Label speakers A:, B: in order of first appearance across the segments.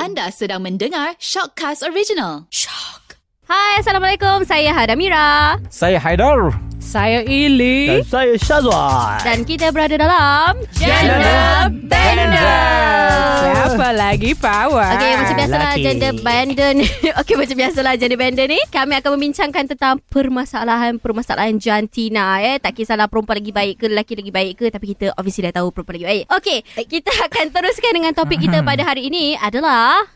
A: Anda sedang mendengar Shockcast Original.
B: Hai, Assalamualaikum. Saya Hadamira.
C: Saya Haidar
B: Saya
D: Eh?
B: Ili.
C: saya Syazwan
B: Dan kita berada dalam
C: Gender Bender.
D: Siapa lagi power?
B: Okey, macam biasalah
C: Lelaki.
B: gender bender ni. Okey, macam biasalah gender bender ni. Kami akan membincangkan tentang permasalahan-permasalahan jantina. Eh. Tak kisahlah perempuan lagi baik ke, lelaki lagi baik ke. Tapi kita obviously dah tahu perempuan lagi baik. Okey, kita akan teruskan dengan topik kita pada hari ini adalah...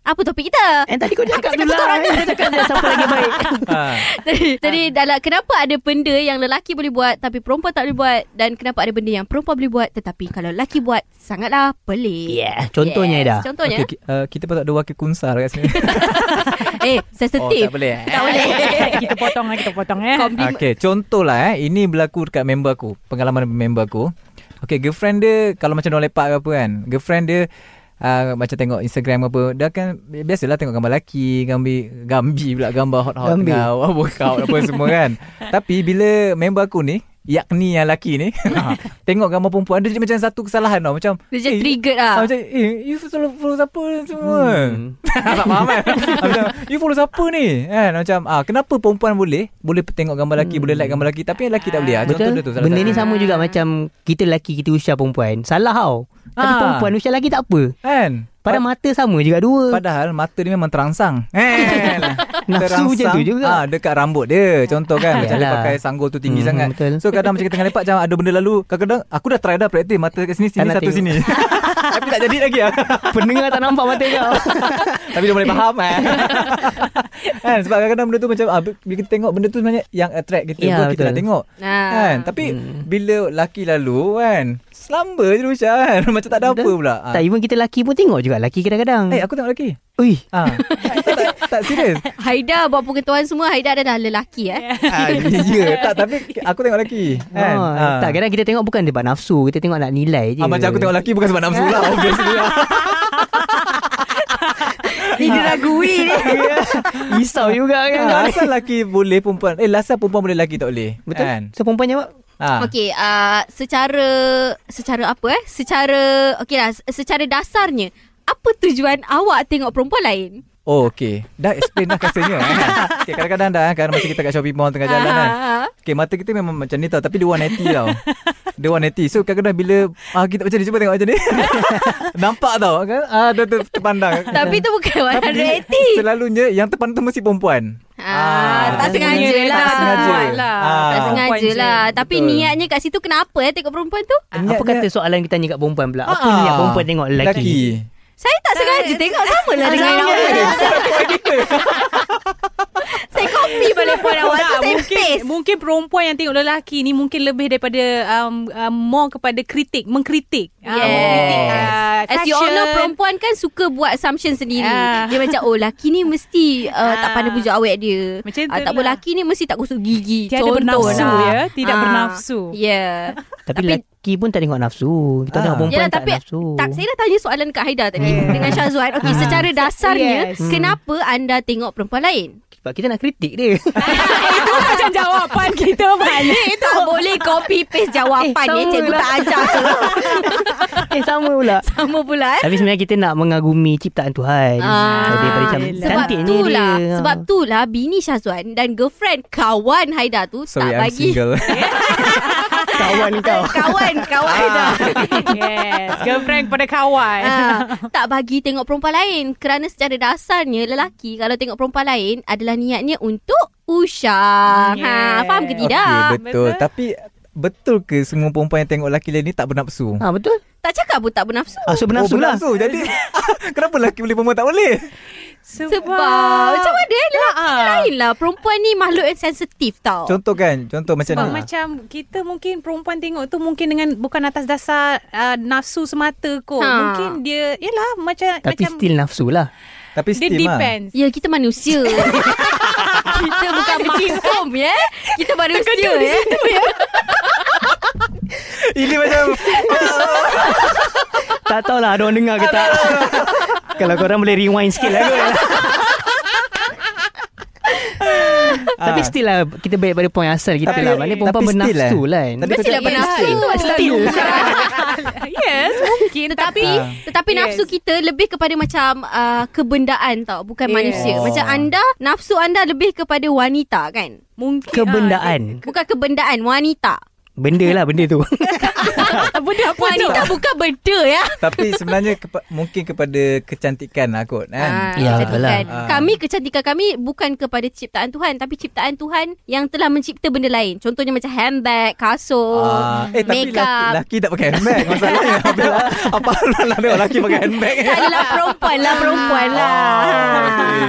B: Apa topik kita?
E: Eh tadi kau cakap
B: cakap
E: dulu
B: betul
E: lah
B: orang tu.
E: Kau cakap dia siapa lagi baik
C: Ha.
B: Jadi, jadi dalam kenapa ada benda yang lelaki boleh buat tapi perempuan tak boleh buat dan kenapa ada benda yang perempuan boleh buat tetapi kalau lelaki buat sangatlah pelik.
E: Yeah Contohnya
B: Yes,
E: Ida
B: Contohnya. Okay,
C: okay, ki- uh, Kita patut ada wakil kunsar kat sini
B: Eh, sensitif.
C: boleh Ah. eh?
B: tak boleh.
D: kita potong eh, kita potong eh.
B: Kompliment.
C: Okay contohlah eh Ini berlaku dekat member aku Pengalaman member aku Okay girlfriend dia Kalau macam orang lepak ke apa kan Girlfriend dia Uh, macam tengok Instagram apa Dia kan Biasalah tengok gambar lelaki Gambi Gambi pula Gambar hot-hot
E: Gambi.
C: Tengah workout apa semua kan Tapi bila member aku ni Yakni yang lelaki ni Tengok gambar perempuan Dia jadi macam satu kesalahan tau Macam
B: Dia macam
C: eh,
B: triggered lah.
C: Ah, macam eh you follow, follow siapa ni semua Tak faham kan Ah, Macam you follow siapa ni kan? Macam ah, kenapa perempuan boleh Boleh tengok gambar lelaki Boleh like gambar lelaki Tapi yang lelaki tak boleh ah, Contoh
E: Betul
C: dia tu salah
E: Benda ni
C: satu.
E: sama juga macam Kita lelaki kita usia perempuan Salah tau Tapi
C: Ah.
E: perempuan usia lelaki tak apa
C: Kan
E: Pada mata sama juga dua
C: Padahal mata dia memang terangsang Eh,
E: Nafsu macam tu
C: ah,
E: juga
C: Dekat rambut dia Contoh kan Macam dia
E: Yalah.
C: pakai sanggul tu tinggi
E: Hmm,
C: sangat
E: betul.
C: So kadang macam kita tengah lepak Macam ada benda lalu Kadang-kadang Aku dah try dah praktik Mata kat sini
E: Tak
C: Sini
E: nak
C: satu
E: tengok.
C: sini Tapi tak jadi lagi lah
E: Pendengar tak nampak mata kau
C: Tapi dia boleh faham eh. kan sebab kadang-kadang benda tu macam ah, bila kita tengok benda tu sebenarnya yang attract kita
E: Ya,
C: yeah, kita
E: betul. Hmm.
C: nak tengok.
B: Ah.
C: Kan tapi bila laki lalu kan selamba je dia Usha kan macam tak ada apa
E: Betul.
C: pula. Ah.
E: Tak even kita lelaki pun tengok juga Lelaki kadang-kadang
C: Eh aku tengok lelaki.
E: Ui
C: Ah. tak, tak, tak serius.
B: Haida buat pengetahuan semua Haida adalah lelaki eh.
C: ah, ya, tak tapi aku tengok lelaki. Kan?
E: Oh,
C: Ah.
E: Tak kadang kita tengok bukan sebab nafsu Kita tengok nak nilai je
C: Ah, macam aku tengok lelaki bukan sebab nafsu lah obviously lah.
E: Ni dia ragui ni Risau juga kan
C: Ah, asal lelaki boleh perempuan Eh asal perempuan boleh lelaki tak boleh
E: Betul
C: kan?
E: So perempuan jawab
C: Ah.
B: Okey, uh, secara secara apa eh? Secara okeylah, secara dasarnya apa tujuan awak tengok perempuan lain?
C: Oh okay Dah explain dah kasanya eh. okay, Kadang-kadang dah eh, Kadang macam kita kat shopping mall Tengah jalan kan
B: Ah.
C: Okay mata kita memang macam ni tau Tapi dia 180 tau Dia 180 So kadang-kadang bila ah, Kita macam ni Cuba tengok macam ni Nampak tau kan? ah, Dia ter, terpandang
B: Tapi tu bukan
C: Tapi
B: warna
C: dia-
B: reti.
C: Selalunya Yang terpandang tu mesti perempuan
B: Ah, tak sengaja
D: dia
B: lah.
D: Tak sengaja lah.
C: Ah.
B: Tak
D: Perempuan
B: sengaja
D: je.
B: lah Tapi
C: Betul.
B: niatnya kat situ Kenapa eh tengok perempuan tu
C: Niat
E: Apa
C: dia-
E: kata soalan kita tanya kat perempuan pula Apa
C: Ah,
E: niat perempuan tengok lelaki
B: Saya tak sengaja tengok Sama lah dengan
C: Sama
B: awak
C: je.
B: Saya copy balik pun awak tu Saya
D: mungkin,
B: paste
D: mungkin perempuan yang tengok lelaki ni mungkin lebih daripada um, um, more kepada kritik, mengkritik. Ah,
B: Yes.
D: mengkritik, ah,
B: As you all know
D: fashion.
B: Perempuan kan suka buat assumption sendiri
D: Ah.
B: Dia macam Oh lelaki ni mesti uh, Tak
D: Ah.
B: pandai pujuk awet dia
D: Macam tu
B: Ah, Tak
D: lah.
B: boleh lelaki ni mesti tak gosok gigi
D: Tiada
B: Contoh
D: bernafsu,
B: lah.
D: ya. Tidak
B: Ah,
D: bernafsu.
B: Ya yeah.
E: Tapi, lelaki pun tak tengok nafsu Kita
C: Ah.
E: tengok perempuan
B: Yalah,
E: tak
B: Ya, tapi
E: nafsu Ah.
B: tak saya dah tanya soalan Kak Haida tadi
C: Yeah.
B: dengan Syazwan. Okey, secara dasarnya
D: Hmm. Yes. Hmm.
B: yes. kenapa anda tengok perempuan lain?
E: Sebab kita nak kritik dia
D: Itu macam jawapan kita balik.
B: Eh, tak boleh copy paste jawapan
E: Eh,
B: eh,
E: sama
B: cikgu
E: lah.
B: tak ajar.
E: Eh sama pula
B: Sama pula eh.
E: Tapi sebenarnya kita nak mengagumi ciptaan Tuhan
B: Ah,
E: Daripada macam
D: yelah.
B: Sebab
E: cantiknya
B: itulah
E: dia
B: Sebab itulah Bini Syazwan Dan girlfriend Kawan Haida tu
C: Sorry
B: Tak
C: I'm
B: bagi Ah,
C: single
E: Kawan kau
B: Kawan Kawan Haida
D: yes. Girlfriend kepada kawan.
B: Ah, tak bagi tengok perempuan lain kerana secara dasarnya lelaki kalau tengok perempuan lain adalah niatnya untuk usah. Ha,
D: Yes.
B: faham ke
C: okay,
B: tidak?
C: betul. betul Tapi Betul ke semua perempuan yang tengok lelaki lain ni tak bernafsu?
B: Ah,
E: Ha betul
B: Tak cakap pun tak bernafsu.
E: Ah, so
C: oh,
E: bernafsu lah
C: bernafsu. Jadi kenapa lelaki boleh perempuan tak boleh?
B: Sebab macam mana eh, lelaki
D: Ah.
B: lain lah. Perempuan ni makhluk yang sensitif tau.
C: Contoh kan Contoh macam
D: Sebab
C: ni
D: macam kita mungkin perempuan tengok tu mungkin dengan bukan atas dasar uh, nafsu semata
B: Ha.
D: kot. Ha. Mungkin dia yalah macam
E: Tapi
D: macam
E: still nafsu lah
C: Tapi lah.
D: dia
C: still
D: depends.
B: Ya, kita manusia. kita bukan maksum ya. Kita manusia ya.
C: lah. Ini macam
E: Tak tahulah ada orang dengar ke tak Kalau korang boleh rewind sikit lah kot Tapi
C: Ah.
E: still lah Kita baik pada point asal kita
C: Tapi-
E: lah Maknanya perempuan
C: tapi still
E: bernafsu
C: lah.
E: lah kan
C: Tapi
B: Mestilah
C: Betul.
B: bernafsu.
E: Still.
D: Still. Yes, mungkin.
B: Eh, Tetapi
C: Ha.
D: tapi
B: tetapi yes.
D: Yes.
B: nafsu kita lebih kepada macam uh, kebendaan tau, bukan yes.
D: Yes.
B: manusia.
E: Oh.
C: Ah.
B: Macam anda nafsu anda lebih kepada wanita kan?
D: mungkin ah,
E: Kebendaan.
B: Bukan kebendaan, wanita.
E: Benda lah benda tu.
D: Ah,
C: Eh,
D: benda apa tu?
B: Wanita bukan benda ya.
C: Tapi sebenarnya kepa- mungkin kepada kecantikan lah kot kan.
E: Ya,
B: Ah, kecantikan.
C: betul lah.
B: Kami kecantikan kami bukan kepada ciptaan Tuhan tapi ciptaan Tuhan yang telah mencipta benda lain. Contohnya macam handbag, kasut,
C: Ah, eh tapi laki,
B: makeup.
C: laki tak pakai handbag masalahnya. Bella, apa haluan lah tengok laki pakai handbag.
B: Tak adalah perempuan
D: Ah,
B: lah, perempuan lah.
C: Ah, okay.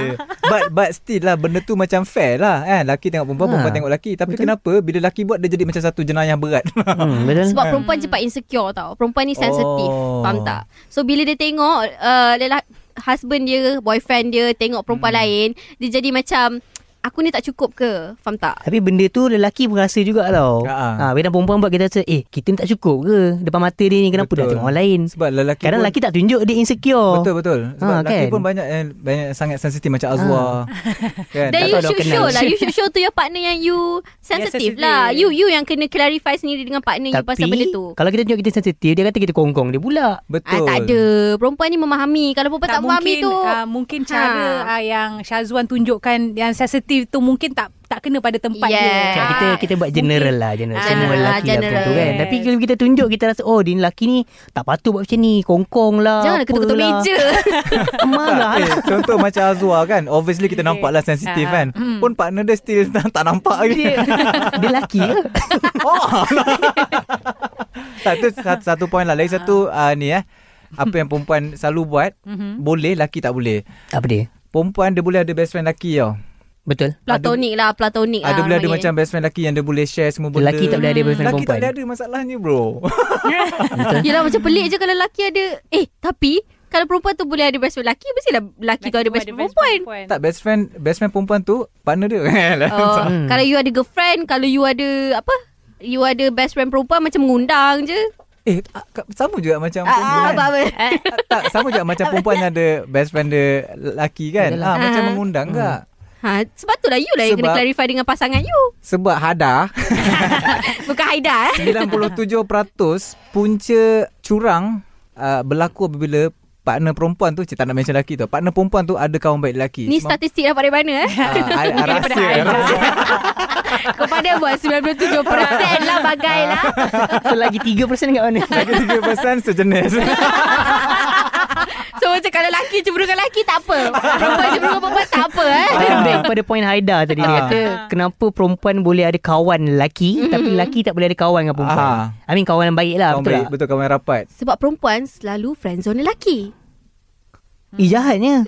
C: But but still lah Benda tu macam fair lah kan Laki tengok perempuan
E: Ha.
C: Perempuan tengok laki Tapi kenapa Bila laki buat Dia jadi macam satu jenayah berat
E: hmm, betul.
B: Sebab perempuan cepat insecure tau. Perempuan ni sensitif.
C: Oh.
B: Faham tak? So bila dia tengok uh, lelaki husband dia, boyfriend dia tengok perempuan lain, dia jadi macam aku ni tak cukup ke? Faham tak?
E: Tapi benda tu lelaki merasa juga tau.
C: Ha.
E: Ha, bila perempuan buat kita rasa, eh kita ni tak cukup ke depan mata dia ni kenapa
C: Betul.
E: nak tengok orang lain?
C: Sebab lelaki
E: Kadang
C: pun,
E: lelaki tak tunjuk dia insecure.
C: Betul betul Sebab
E: Ha,
C: ha, lelaki
E: kan? Ha.
C: pun banyak yang, Banyak yang sangat sensitif Macam Azwa kan?
B: Then
E: tak
B: you
E: tahu dah
B: should
E: kenal.
B: show lah You should show to your partner Yang you Sensitive
D: sensitive.
B: lah You you yang kena clarify sendiri Dengan partner you Pasal benda tu
E: kalau kita tunjuk kita sensitif Dia kata kita kongkong dia pula
C: Betul
B: Ah, tak ada Perempuan ni memahami Kalau perempuan tak, tak memahami
D: mungkin,
B: tu
D: ah, mungkin cara
B: Ha.
D: ah, yang Syazwan tunjukkan yang sensitif tu mungkin tak tak kena pada tempat
B: Yes.
D: dia.
E: Macam
B: Ah,
E: kita kita buat general lah general
B: Ah,
E: semua lelaki lah
B: general.
E: tu kan tapi kalau kita tunjuk kita rasa oh dia ni lelaki ni tak patut buat macam ni kongkong lah
B: Janganlah ketuk-ketuk meja
E: marah
C: eh, Contoh macam Azwa kan Obviously kita nampak lah Sensitif kan Pun partner dia still Tak, tak nampak lagi
E: Ha, Hmm. dia lelaki ke
C: Oh Tak tu satu, satu point lah Lagi satu uh, Ni eh Apa yang perempuan selalu buat Boleh Lelaki tak boleh
E: apa dia
C: Perempuan dia boleh ada best friend lelaki tau
E: betul
B: Platonik lah Platonik
C: Ada
B: lah
C: boleh ada
B: panggil.
C: macam best friend lelaki yang dia boleh share semua benda.
E: lelaki tak boleh ada best friend
C: Lelaki tak
E: perempuan
C: boleh ada masalahnya bro.
B: Yelah macam pelik je Kalau lelaki ada Eh tapi Kalau perempuan tu boleh ada best friend lelaki Mestilah lelaki tu ada best friend perempuan
C: tak best friend best friend perempuan tu partner dia. Kan?
B: Oh, Kalau you ada girlfriend Kalau you ada Apa You ada best friend perempuan Macam mengundang je
C: eh ah, ka- sama juga macam perempuan.
B: Ah, apa-apa
C: Ah, tak sama juga macam perempuan yang ada best friend dia lelaki kan. Ah, macam
B: Ah.
C: mengundang tak?
B: Ha, sebab tu lah you lah yang kena
C: Sebab-
B: clarify dengan pasangan you.
C: Sebab Hada
B: Bukan Haida eh.
C: 97% punca curang uh, berlaku apabila partner perempuan tu cik, tak nak mention lelaki tu. Partner perempuan tu ada kawan baik lelaki.
B: Ni statistik dapat dari mana eh?
C: uh, rahsia, rahsia.
B: Kepada buat 97% lah bagai lah.
E: so lagi 3% kat mana
C: Lagi 3%
B: Ah,
C: sejenis.
B: So macam kalau lelaki cemburu dengan lelaki tak apa. Perempuan cemburu dengan perempuan tak apa eh.
E: Kita back pada point Haida tadi Dia
C: Ah. Mhm.
E: kata Kenapa perempuan boleh ada kawan lelaki Tapi lelaki tak boleh ada kawan dengan perempuan
C: Ah.
E: I mean kawan yang baik lah
C: kawan
E: Betul
C: baik,
E: tak?
C: betul kawan rapat.
B: Sebab perempuan selalu friendzone lelaki.
E: Eh jahatnya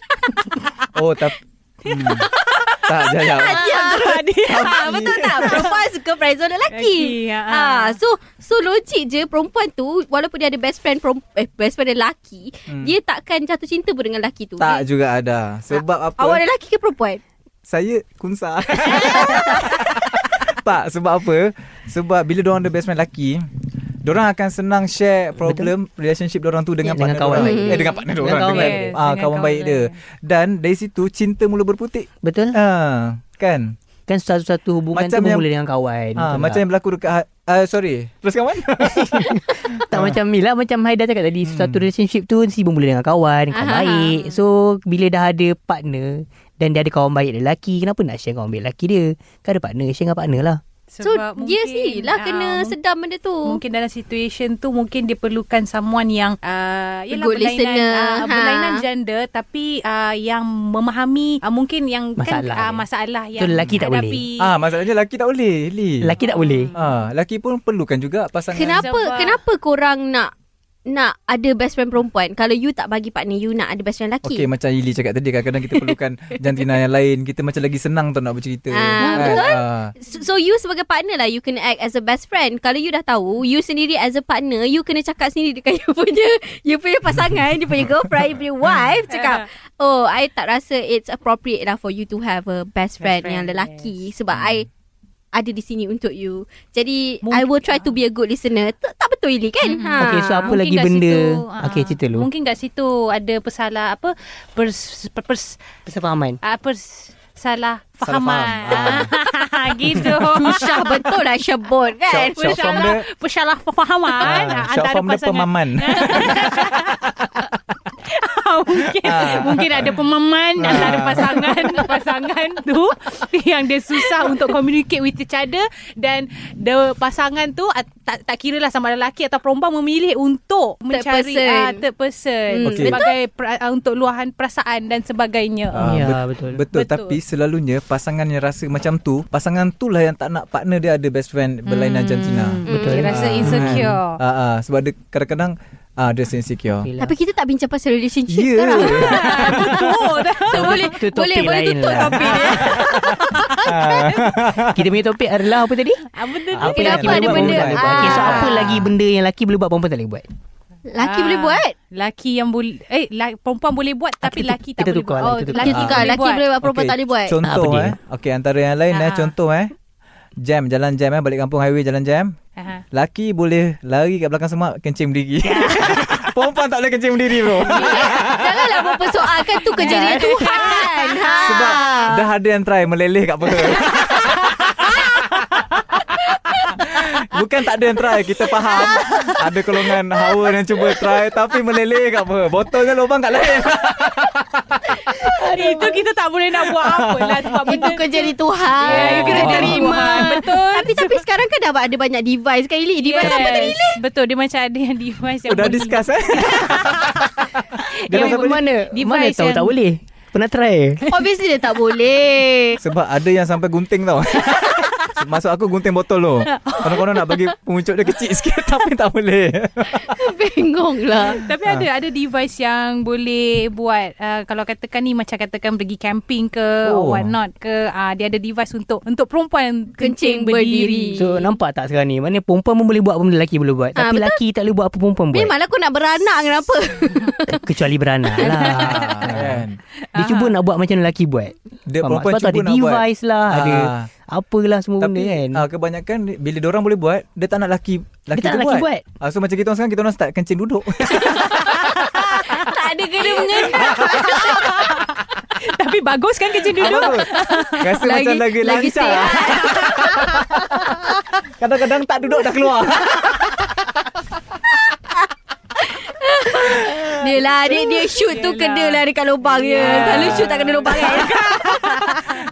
C: Oh tapi hmm. Tak jaya
D: Ah,
B: Ha, betul tak? Perempuan suka friendzone lelaki.
D: Lelaki, ha.
B: Ha, so so logik je perempuan tu walaupun dia ada best friend peremp- eh, best friend lelaki,
C: Hmm.
B: dia takkan jatuh cinta pun dengan lelaki tu. Ah,
C: Tak juga ada Sebab apa
B: Awak lelaki ke perempuan?
C: Saya kunsa Tak sebab apa Sebab bila diorang ada best friend lelaki Diorang akan senang share problem Betul. relationship diorang tu dengan,
E: Dengan
C: partner
E: kawan
C: diorang.
E: baik.
C: Eh dengan partner
E: Dengan
C: diorang
E: kawan
C: dengan,
D: baik.
C: ah,
D: Dengan
C: kawan
D: kawan
C: baik dia
D: baik.
C: Dan dari situ cinta mula berputik
E: Betul
C: ah, Kan
E: Kan satu-satu hubungan
C: Macam
E: tu
C: yang-
E: bermula dengan kawan
C: ah,
E: betul lah.
C: Macam
E: tak?
C: yang berlaku dekat ha- uh, Sorry Terus kawan
E: Tak
C: Ah.
E: macam Mila Macam Haida cakap tadi hmm. Satu relationship tu Mesti bermula dengan kawan Kawan
C: Ah,
B: Aha.
E: baik So bila dah ada partner Dan dia ada kawan baik lelaki Kenapa nak share kawan baik lelaki dia Kan ada partner Share dengan partner lah
B: So dia sendirilah
D: ah,
B: kena
D: mungkin-
B: sedar benda tu.
D: Mungkin dalam situation tu Mungkin dia perlukan someone yang uh, yelah,
B: Good
D: berlainan,
B: listener.
D: ah,
B: Ha.
D: Berlainan gender Tapi uh, yang memahami uh, Mungkin yang
E: Masalah
D: kan, ah,
E: dia.
D: Masalah
E: Tu
D: yang
E: lelaki tak boleh.
C: ah, Masalahnya lelaki tak boleh Li.
E: Lelaki tak boleh
C: ah, Lelaki pun perlukan juga pasangan
B: Kenapa
D: Sebab-
B: kenapa korang nak nak ada best friend perempuan kalau you tak bagi partner you nak ada best friend
C: Okay,
B: lelaki?
C: macam Ili cakap tadi kadang-kadang kita perlukan jantina yang lain. Kita macam lagi senang tau nak bercerita. Kan?
B: Ah, betul. So, so you sebagai partner lah you kena act as a best friend. Kalau you dah tahu, you sendiri as a partner, you kena cakap sendiri dekat you punya you punya pasangan, you punya girlfriend, you punya wife cakap, "Oh, I tak rasa it's appropriate lah for you to have a best friend,
D: friend, Hmm.
B: yang lelaki sebab I ada di sini untuk you. Jadi I
D: Mungkin- lah. Hmm.
B: will try to be a good listener. Tak, tak betul Ili kan? Ha.
E: Okay so apa
D: Mungkin
E: lagi
D: kat
E: benda
D: situ,
E: situ,
D: ah,
E: Okay cerita dulu
D: Mungkin kat situ Ada pesalah Apa Pers, pers, pers
E: Persefahaman
D: Ah, pers salah
C: Salah
D: fahaman.
C: faham.
D: Ah. gitu.
B: Susah betul lah Syebut kan
C: Syok- syok from
D: Salah
C: the-
D: salah fahaman
C: Ah, short
D: antara
C: form dia
D: pasangan.
C: pemaman.
D: mungkin
E: Ah.
D: mungkin ada pemahaman antara pasangan pasangan tu yang dia susah untuk communicate with each other dan the pasangan tu ah, tak tak kira lah sama ada lelaki atau perempuan memilih untuk mencari
B: person.
D: ah, third person
B: Hmm,
C: Okey.
D: sebagai pra, ah, untuk luahan perasaan dan sebagainya.
C: Ah,
E: Ya,
C: bet-
E: betul.
C: betul.
D: Betul.
C: Tapi selalunya pasangan yang rasa macam tu, pasangan tu lah yang tak nak partner dia ada best friend berlainan hmm. jantina.
E: Betul.
D: Dia rasa
C: Ah,
D: insecure.
C: kan? Ah, ah, sebab dia kadang-kadang ah, dia rasa insecure.
E: lah.
B: Tapi kita tak bincang pasal relationship
C: Ya.
B: yeah. sekarang
D: Oh, dah.
B: So, boleh
E: tu topik
B: boleh boleh
E: lain
B: tutup
E: lah.
B: topik dia.
E: Kita punya topik adalah apa tadi?
B: Ah,
D: Apa tu?
E: Apa
B: Kenapa
E: lelaki boleh
B: ada
E: buat,
B: benda?
E: perempuan tak boleh buat? Okay, so
B: Ah.
E: apa lagi benda yang lelaki boleh buat perempuan tak boleh buat?
B: Laki
D: Ah,
B: boleh buat
D: Lelaki yang boleh Eh la- perempuan boleh buat Tapi
E: Ah, kita-
D: lelaki tak
E: kita
D: boleh
E: tukar
D: buat
E: lah,
D: Oh
E: kita
B: Laki
E: tukar.
D: lelaki
B: tukar
D: boleh
B: Laki
D: buat.
B: boleh buat Perempuan
C: Ah. Okey,
B: tak boleh buat
C: Contoh
E: Apa dia?
C: eh. Okey, antara yang lain eh
D: Ah.
C: contoh eh. Jam jalan jam eh balik kampung highway jalan jam.
D: Aha.
C: Laki boleh lari kat belakang semak kencing berdiri. Perempuan tak boleh kencing berdiri bro.
B: Janganlah mempersoalkan tu kerja
D: Ya.
B: dia Tuhan ha.
C: Sebab dah ada yang try meleleh kat perut. Bukan tak ada yang try Kita faham Ada golongan hawa yang cuba try Tapi meleleh kat apa Botolnya lubang kat leher
D: Eh, Itu kita tak boleh nak buat apa lah Sebab
B: Itu
D: benda
B: kerja di Tuhan
D: Ya, you kena
B: Kita
D: terima. Betul. Ya.
B: Tapi tapi sekarang kan dah ada banyak device kan Ili Device apa tadi Ili
D: Betul dia macam ada yang device yang
C: Dah
D: boleh-
C: discuss eh
E: Dia
D: Yang
E: rasa Eh, mana?
D: device
E: Mana tahu
D: yang-
E: tak boleh? Pernah try?
B: Obviously dia tak boleh
C: Sebab ada yang sampai gunting tau Masuk aku gunting botol tu Konon-konon nak bagi penguncut dia kecil sikit Tapi tak boleh
B: Bengong lah
C: Ha.
D: Tapi ada ada device yang boleh buat uh, kalau katakan ni macam katakan pergi camping ke
C: Oh.
D: oh. or what not ke uh, dia ada device untuk untuk
B: Kencing
D: perempuan kencing,
B: berdiri.
D: berdiri.
E: So nampak tak sekarang ni Mana perempuan pun boleh buat Apa benda lelaki boleh buat
B: Ah,
E: Tapi
B: betul.
E: lelaki tak boleh buat Apa perempuan buat
B: Memanglah aku nak beranak kenapa
E: Kecuali beranak lah
C: Ah, kan?
E: Dia cuba nak buat Macam lelaki buat
C: Dia
E: Faham tak?
C: perempuan
E: Sebab tu
C: cuba
E: ada
C: nak buat
E: device lah Ada
C: Ah.
E: Apalah semua
C: Tapi
E: benda kan
C: ah, kebanyakan Bila orang boleh buat Dia tak nak laki Laki tu
E: tak nak laki
C: buat,
E: buat.
C: Ah, So macam kita orang sekarang Kita orang start kencing duduk
B: Tak ada kena mengena
D: Tapi bagus kan kencing
C: Apa
D: duduk.
C: tu? Rasa lagi, macam lagi,
B: lagi
C: lancar
B: sihat.
C: Kadang-kadang tak duduk dah keluar
B: Dia lah Dia, dia shoot tu kena lah dekat lubang je
C: Ya.
B: Selalu shoot tak kena lubang kan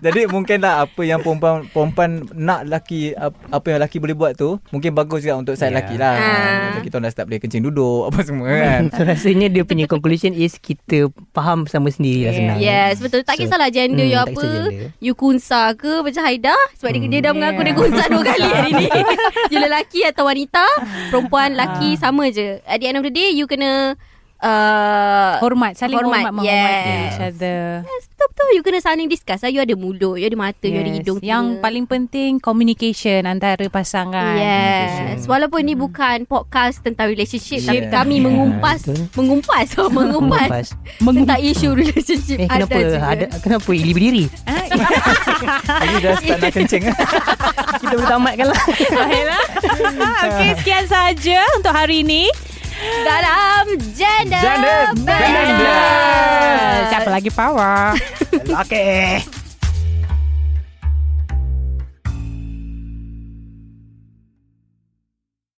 C: Jadi mungkinlah Apa yang perempuan Perempuan nak laki ap- Apa yang laki boleh buat tu Mungkin bagus juga Untuk side
E: Ya.
C: yeah. laki lah
B: Ah.
C: Macam Kita orang dah start boleh kencing duduk Apa semua kan
E: So rasanya dia punya conclusion is Kita faham sama sendiri lah senang
B: Yes betul Tak
E: So,
B: kisahlah gender
E: hmm,
B: you
E: tak
B: apa
E: kisah gender.
B: You kunsa ke Macam Haida Sebab dia, dia
E: Hmm,
B: dah mengaku Dia kunsa dua kali hari ni You lelaki atau wanita Perempuan
E: Ah.
B: lelaki Sama je At the end of the day You kena uh,
D: Hormat, saling
B: Hormat,
D: hormat, hormat menghormati
B: yes.
D: each other.
B: Yes, Betul-betul You kena saling discuss lah. You ada mulut You ada mata You ada hidung
D: Yang
B: telinga.
D: paling penting communication antara pasangan.
B: Yes. Walaupun ni bukan podcast tentang relationship tapi
C: Yeah.
B: kami
E: Hmm. Yeah,
B: mengumpas
E: betul.
B: mengumpas mengumpas
E: Mengumpas.
B: tentang isu relationship
E: Eh kenapa
B: ada juga.
E: ada, Kenapa Ili berdiri
C: Jadi dah start nak kencing
E: Kita boleh tamatkan lah
D: Baiklah. Okey, sekian saja untuk hari ini.
B: dalam gender
C: Gender
B: blender.
C: blender.
D: Siapa lagi power?
E: Okay